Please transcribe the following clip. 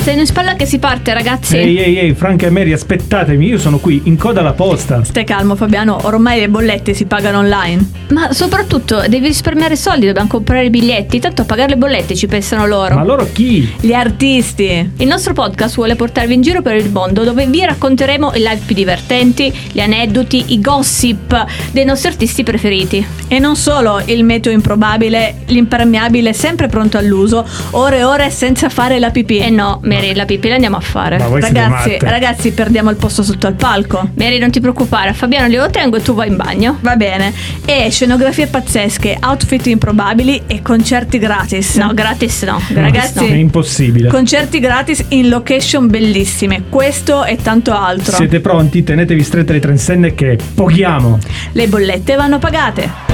Sei in spalla che si parte, ragazzi. Ehi, ehi, ehi, Franca e Mary, aspettatemi, io sono qui, in coda alla posta. Stai calmo Fabiano, ormai le bollette si pagano online. Ma soprattutto devi risparmiare soldi, dobbiamo comprare i biglietti, tanto a pagare le bollette ci pensano loro. Ma loro chi? Gli artisti. Il nostro podcast vuole portarvi in giro per il mondo dove vi racconteremo i live più divertenti, gli aneddoti, i gossip dei nostri artisti preferiti. E non solo il meteo improbabile, l'impermeabile sempre pronto all'uso, ore e ore senza fare la pipì. E no, Mary, la pipì la andiamo a Ma fare. voi siete ragazzi, matte. ragazzi, perdiamo il posto sotto al palco. Mary, non ti preoccupare, a Fabiano glielo tengo e tu vai in bagno. Va bene. E scenografie pazzesche, outfit improbabili e concerti gratis. No, gratis no. gratis Ragazzi, È no. impossibile. Concerti gratis in location bellissime, questo e tanto altro. Siete pronti? Tenetevi strette le transenne che poghiamo. Le bollette vanno pagate.